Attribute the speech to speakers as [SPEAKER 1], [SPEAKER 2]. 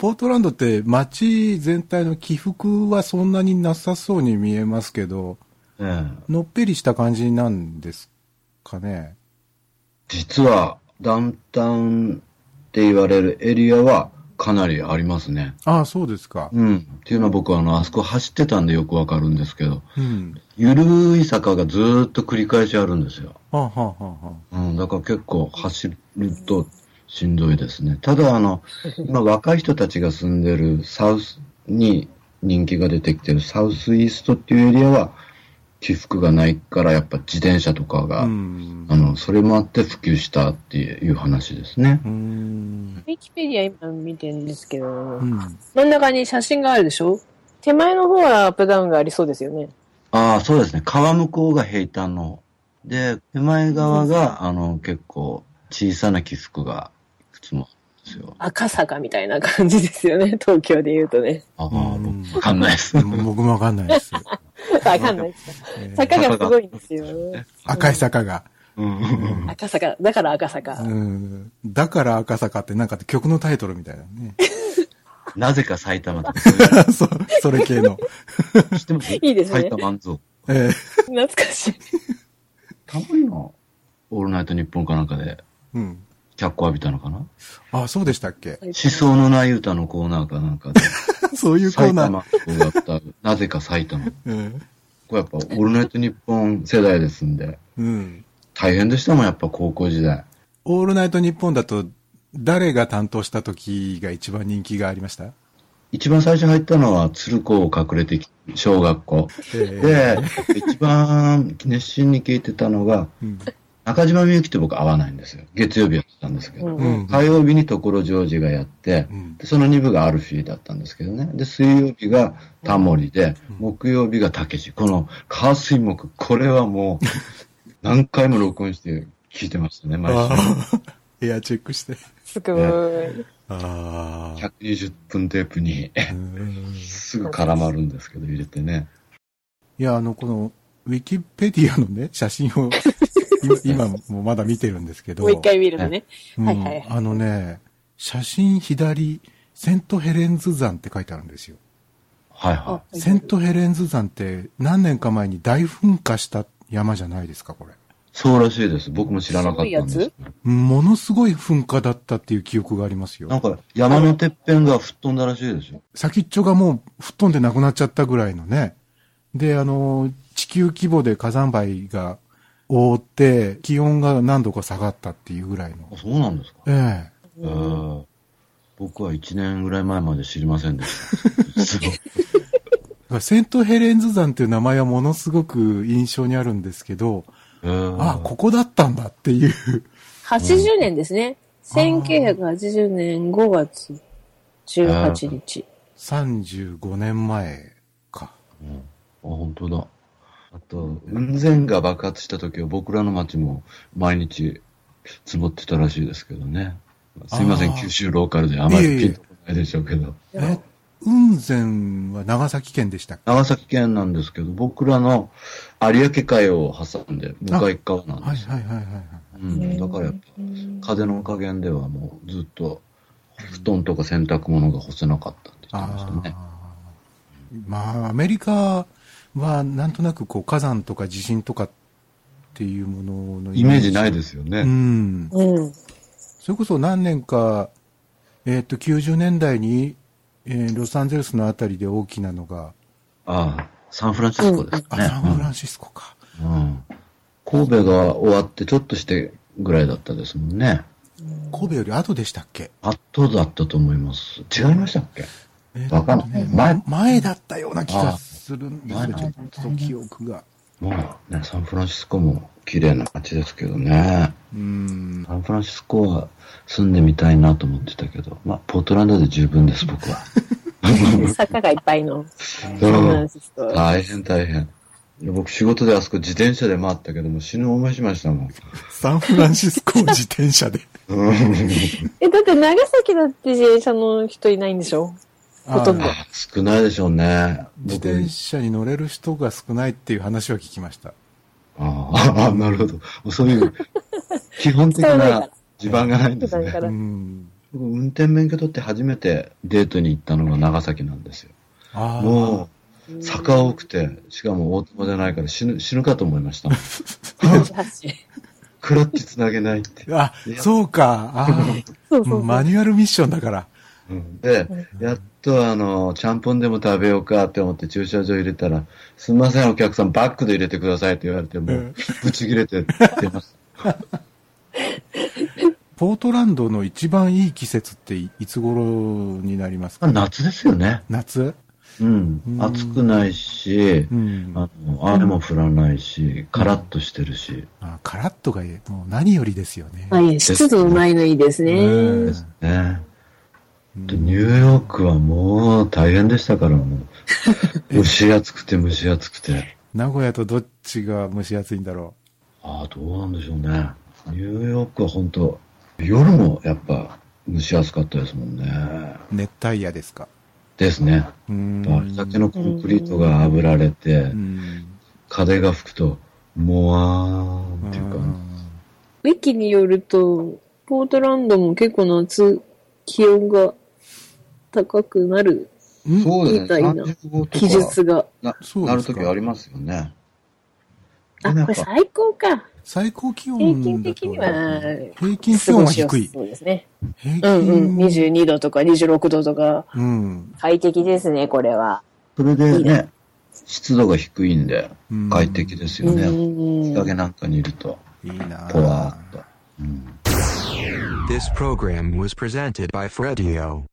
[SPEAKER 1] ポートランドって街全体の起伏はそんなになさそうに見えますけど、
[SPEAKER 2] うん。
[SPEAKER 1] のっぺりした感じなんですかね。
[SPEAKER 2] 実は、ダウンタウンって言われるエリアはかなりありますね。
[SPEAKER 1] ああ、そうですか。
[SPEAKER 2] うん。っていうのは僕はあの、あそこ走ってたんでよくわかるんですけど、
[SPEAKER 1] うん。
[SPEAKER 2] ゆるい坂がずーっと繰り返しあるんですよ。
[SPEAKER 1] はあ、はあはあは
[SPEAKER 2] うん、だから結構走るとしんどいですね。ただ、あの、今若い人たちが住んでるサウスに人気が出てきてるサウスイーストっていうエリアは起伏がないからやっぱ自転車とか
[SPEAKER 1] あ、
[SPEAKER 2] が、
[SPEAKER 1] うん。
[SPEAKER 2] あの、それもあって普及したっていう話ですね。
[SPEAKER 1] うーん。
[SPEAKER 3] ウィキペディア今見てるんですけど、
[SPEAKER 1] うん。
[SPEAKER 3] 真ん中に写真があるでしょ手前の方はアップダウンがありそうですよね。
[SPEAKER 2] ああ、そうですね。川向こうが平坦の。で、手前側が、あの、結構小さな起伏がいくつもあるんですよ。
[SPEAKER 3] 赤坂みたいな感じですよね。 東京で言うとね。
[SPEAKER 2] ああ、
[SPEAKER 1] うん
[SPEAKER 2] 僕わかんないです。
[SPEAKER 1] 僕もわかんない です。
[SPEAKER 3] わかんないですか。
[SPEAKER 1] えー
[SPEAKER 3] 坂がすごいんですよ。
[SPEAKER 1] 赤い坂が。
[SPEAKER 2] うん
[SPEAKER 3] 赤坂。だから赤坂。
[SPEAKER 1] うん。だから赤坂ってなんか曲のタイトルみたいなね。
[SPEAKER 2] なぜか埼玉だ。
[SPEAKER 1] そう、それ系 の。
[SPEAKER 2] 知ってます
[SPEAKER 3] いいですね
[SPEAKER 2] 埼玉んぞ。
[SPEAKER 1] ええ
[SPEAKER 3] 懐かしい。
[SPEAKER 2] たまにの、オールナイト日本かなんかで、
[SPEAKER 1] うん。
[SPEAKER 2] 脚光浴びたのかな
[SPEAKER 1] あ、そうでしたっけ
[SPEAKER 3] 思
[SPEAKER 2] 思想のない歌のコーナーかなんかで、
[SPEAKER 1] そう いうコー
[SPEAKER 2] 埼
[SPEAKER 1] ナ
[SPEAKER 2] 玉
[SPEAKER 1] ー。
[SPEAKER 2] をやった、なぜか埼玉。
[SPEAKER 1] うん。
[SPEAKER 2] これやっぱ、オールナイト日本世代ですんで、
[SPEAKER 1] うん。
[SPEAKER 2] 大変でしたもん、やっぱ高校時代。
[SPEAKER 1] オールナイトニッポンだと、誰が担当した時が一番人気がありました
[SPEAKER 2] 一番最初入ったのは、鶴子を隠れてき、小学校。
[SPEAKER 1] ええ
[SPEAKER 2] で、一番熱心に聞いてたのが、
[SPEAKER 1] うん
[SPEAKER 2] 中島みゆきと僕合わないんですよ。月曜日やってたんですけど。
[SPEAKER 3] うん
[SPEAKER 1] うん。
[SPEAKER 2] 火曜日に所ジョージがやって、
[SPEAKER 1] うん
[SPEAKER 2] でその2部がアルフィーだったんですけどね。で、水曜日がタモリで、木曜日がたけし。この、火水木、これはもう、 何回も録音して聞いてましたね、毎週。
[SPEAKER 1] ああ。 エアチェックして。
[SPEAKER 3] すごい。
[SPEAKER 1] ああ。
[SPEAKER 2] 120分テープ に、
[SPEAKER 1] うん
[SPEAKER 2] すぐ絡まるんですけど、入れてね。
[SPEAKER 1] いや、あの、この、ウィキペディアのね、写真を、今今もまだ見てるんですけど。
[SPEAKER 3] もう一回見るのね。
[SPEAKER 1] うん
[SPEAKER 3] はいはいはい
[SPEAKER 1] あのね、写真左、セントヘレンズ山って書いてあるんですよ。
[SPEAKER 2] はい
[SPEAKER 3] あ
[SPEAKER 2] は
[SPEAKER 1] セントヘレンズ山って何年か前に大噴火した山じゃないですか、これ。
[SPEAKER 2] い。そうらしいです。僕も知らなかったんです
[SPEAKER 3] すごいや
[SPEAKER 2] けど。
[SPEAKER 1] ものすごい噴火だったっていう記憶があります
[SPEAKER 2] なん
[SPEAKER 1] よ。
[SPEAKER 2] か、山のてっぺんが吹っ飛んだらしいですよ。
[SPEAKER 1] 先っちょがもう吹っ飛んでなくなっちゃったぐらいのね。で、あの、地球規模で火山灰が覆って、気温が何度か下がったっていうぐらいの
[SPEAKER 2] あ。そうなんですか。
[SPEAKER 1] ええ。
[SPEAKER 2] えー僕は1年ぐらい前まで知りませんでした。すごい。
[SPEAKER 1] だからセントヘレンズ山っていう名前はものすごく印象にあるんですけど、
[SPEAKER 2] えー
[SPEAKER 1] あ、ここだったんだっていう。
[SPEAKER 3] 80年ですね。
[SPEAKER 1] うん
[SPEAKER 3] 1980年5月18日。
[SPEAKER 1] 35年前か。
[SPEAKER 2] うんあ、本当だ。あと、雲仙が爆発した時は僕らの町も毎日積もってたらしいですけどね。すいませ
[SPEAKER 1] あ
[SPEAKER 2] ん、
[SPEAKER 1] ー
[SPEAKER 2] 九州ローカルであま
[SPEAKER 1] いえい
[SPEAKER 2] り
[SPEAKER 1] え
[SPEAKER 2] ピンとこないでしょうけど。
[SPEAKER 1] え、雲仙は長崎県でしたっけ
[SPEAKER 2] 長崎県なんですけど、僕らの有明海を挟んで向かい側なん
[SPEAKER 1] はい
[SPEAKER 2] ですよ。
[SPEAKER 1] はいはいはいはい。
[SPEAKER 2] うん、だからやっぱ、風の加減ではもうずっと布団とか洗濯物が干せなかったって言ってました
[SPEAKER 1] あ
[SPEAKER 2] ね。
[SPEAKER 1] あ。まあ、アメリカはなんとなくこう火山とか地震とかっていうものの
[SPEAKER 2] イメージない
[SPEAKER 1] で
[SPEAKER 2] ですよ
[SPEAKER 1] すう
[SPEAKER 2] ね。
[SPEAKER 1] ん。
[SPEAKER 3] うん。
[SPEAKER 1] それこそ何年か、えっ、と、90年代に、えーロサンゼルスのあたりで大きなのが、
[SPEAKER 2] ああ、サンフランシスコですね。
[SPEAKER 1] あ、サンフ
[SPEAKER 2] うん
[SPEAKER 1] ランシスコか。
[SPEAKER 2] うん神戸が終わってちょっとしてぐらいだったですもんね。
[SPEAKER 1] 神戸より後でしたっけ
[SPEAKER 2] 後だったと思います。違いましたっけ
[SPEAKER 1] えー
[SPEAKER 2] わかんない
[SPEAKER 1] 前前だったような気がするんですよ、
[SPEAKER 2] あ
[SPEAKER 1] ちょっと記憶が。
[SPEAKER 2] まあね、サンフランシスコも綺麗な街ですけどね。
[SPEAKER 1] うん。
[SPEAKER 2] サンフランシスコは住んでみたいなと思ってたけど、まあ、ポートランドで十分です、僕は。
[SPEAKER 3] 坂がいっぱい
[SPEAKER 2] う
[SPEAKER 3] の。
[SPEAKER 2] ん
[SPEAKER 3] すごい
[SPEAKER 2] 大変大変。いや僕仕事であそこ自転車で回ったけども死ぬ思いしましたもん。
[SPEAKER 1] サンフランシスコを自転車で。
[SPEAKER 3] え、だって長崎だって自転車の人いないんでしょほとんど
[SPEAKER 1] あー
[SPEAKER 2] あ少ないでしょうね。
[SPEAKER 1] 自転車に乗れる人が少ないっていう話は聞きました。
[SPEAKER 2] ああ、なるほど。そういう、基本的
[SPEAKER 3] 使わないか
[SPEAKER 2] な
[SPEAKER 3] ら
[SPEAKER 2] 地盤がないんで
[SPEAKER 3] 普
[SPEAKER 2] す
[SPEAKER 3] 段
[SPEAKER 2] ね
[SPEAKER 3] か。
[SPEAKER 1] う
[SPEAKER 3] ら。
[SPEAKER 1] ん。
[SPEAKER 2] 僕運転免許取って初めてデートに行ったのが長崎なんですよ。
[SPEAKER 1] ああ。
[SPEAKER 2] もう、坂多くて、しかも大友じゃないから死ぬ、死ぬかと思いました。クラッチつなげないって。
[SPEAKER 1] あ、そうか。あ
[SPEAKER 3] そ
[SPEAKER 1] あ。
[SPEAKER 3] うそうそう。
[SPEAKER 1] マニュアルミッションだから。
[SPEAKER 2] うんで、やっとあの、ちゃんぽんでも食べようかって思って駐車場入れたら、すみませんお客さんバックで入れてくださいって言われて、も
[SPEAKER 1] うん
[SPEAKER 2] う、ぶち切れて出ます。
[SPEAKER 1] ポートランドの一番いい季節っていいつ頃になります
[SPEAKER 2] ま
[SPEAKER 1] か
[SPEAKER 2] あ 夏ですよね。
[SPEAKER 1] 夏
[SPEAKER 2] うん
[SPEAKER 1] う。ん
[SPEAKER 2] 暑くないし
[SPEAKER 1] う、ん。
[SPEAKER 2] あの、雨も降らないし、カラッとしてるし、
[SPEAKER 1] あカラッとがいい。もう何よりですよね。
[SPEAKER 3] はいい、湿度ないのいいですね。
[SPEAKER 1] うん
[SPEAKER 2] ね。でニューヨークはもう大変でしたから、も う。蒸し暑くて蒸し暑くて。
[SPEAKER 1] 名古屋とどっちが蒸し暑いんだろ
[SPEAKER 2] ああ、どうなんでしょうね。ニューヨークは本当夜もやっぱ蒸し暑かったですもんね。
[SPEAKER 1] う。熱帯夜ですか。
[SPEAKER 2] ですね。
[SPEAKER 1] うーん。
[SPEAKER 2] あれだけのコンクリートが炙られて
[SPEAKER 1] う、ん。
[SPEAKER 2] 風が吹くと、もわーんっていうか、
[SPEAKER 3] ウィキによると、ポートランドも結構夏、気温が高くなる
[SPEAKER 1] うん
[SPEAKER 2] そう
[SPEAKER 3] みた
[SPEAKER 2] だ
[SPEAKER 3] い
[SPEAKER 2] よ
[SPEAKER 3] な
[SPEAKER 2] ね。35とか
[SPEAKER 3] 記述が。
[SPEAKER 2] な
[SPEAKER 1] そうですか
[SPEAKER 2] なるときありますよね。
[SPEAKER 3] あ、
[SPEAKER 2] でもやっ
[SPEAKER 3] これ
[SPEAKER 2] ぱ
[SPEAKER 3] 最高か。
[SPEAKER 1] 最高気温だと
[SPEAKER 3] 平均的には、
[SPEAKER 1] 平均気温は低い。
[SPEAKER 3] そうですね。
[SPEAKER 1] 平均
[SPEAKER 3] うんうん。22度とか26度とか、
[SPEAKER 1] うん。
[SPEAKER 3] 快適ですね、これは。
[SPEAKER 2] それでね、湿度が低いんで
[SPEAKER 1] うん、
[SPEAKER 2] 快適です
[SPEAKER 3] う
[SPEAKER 2] よ
[SPEAKER 3] ん
[SPEAKER 2] ね。
[SPEAKER 3] うん
[SPEAKER 2] 日
[SPEAKER 3] うん。
[SPEAKER 2] 陰なんかにいると、
[SPEAKER 1] いいなぁ
[SPEAKER 2] ぽわーっと。うん
[SPEAKER 4] This program was presented by Fredio.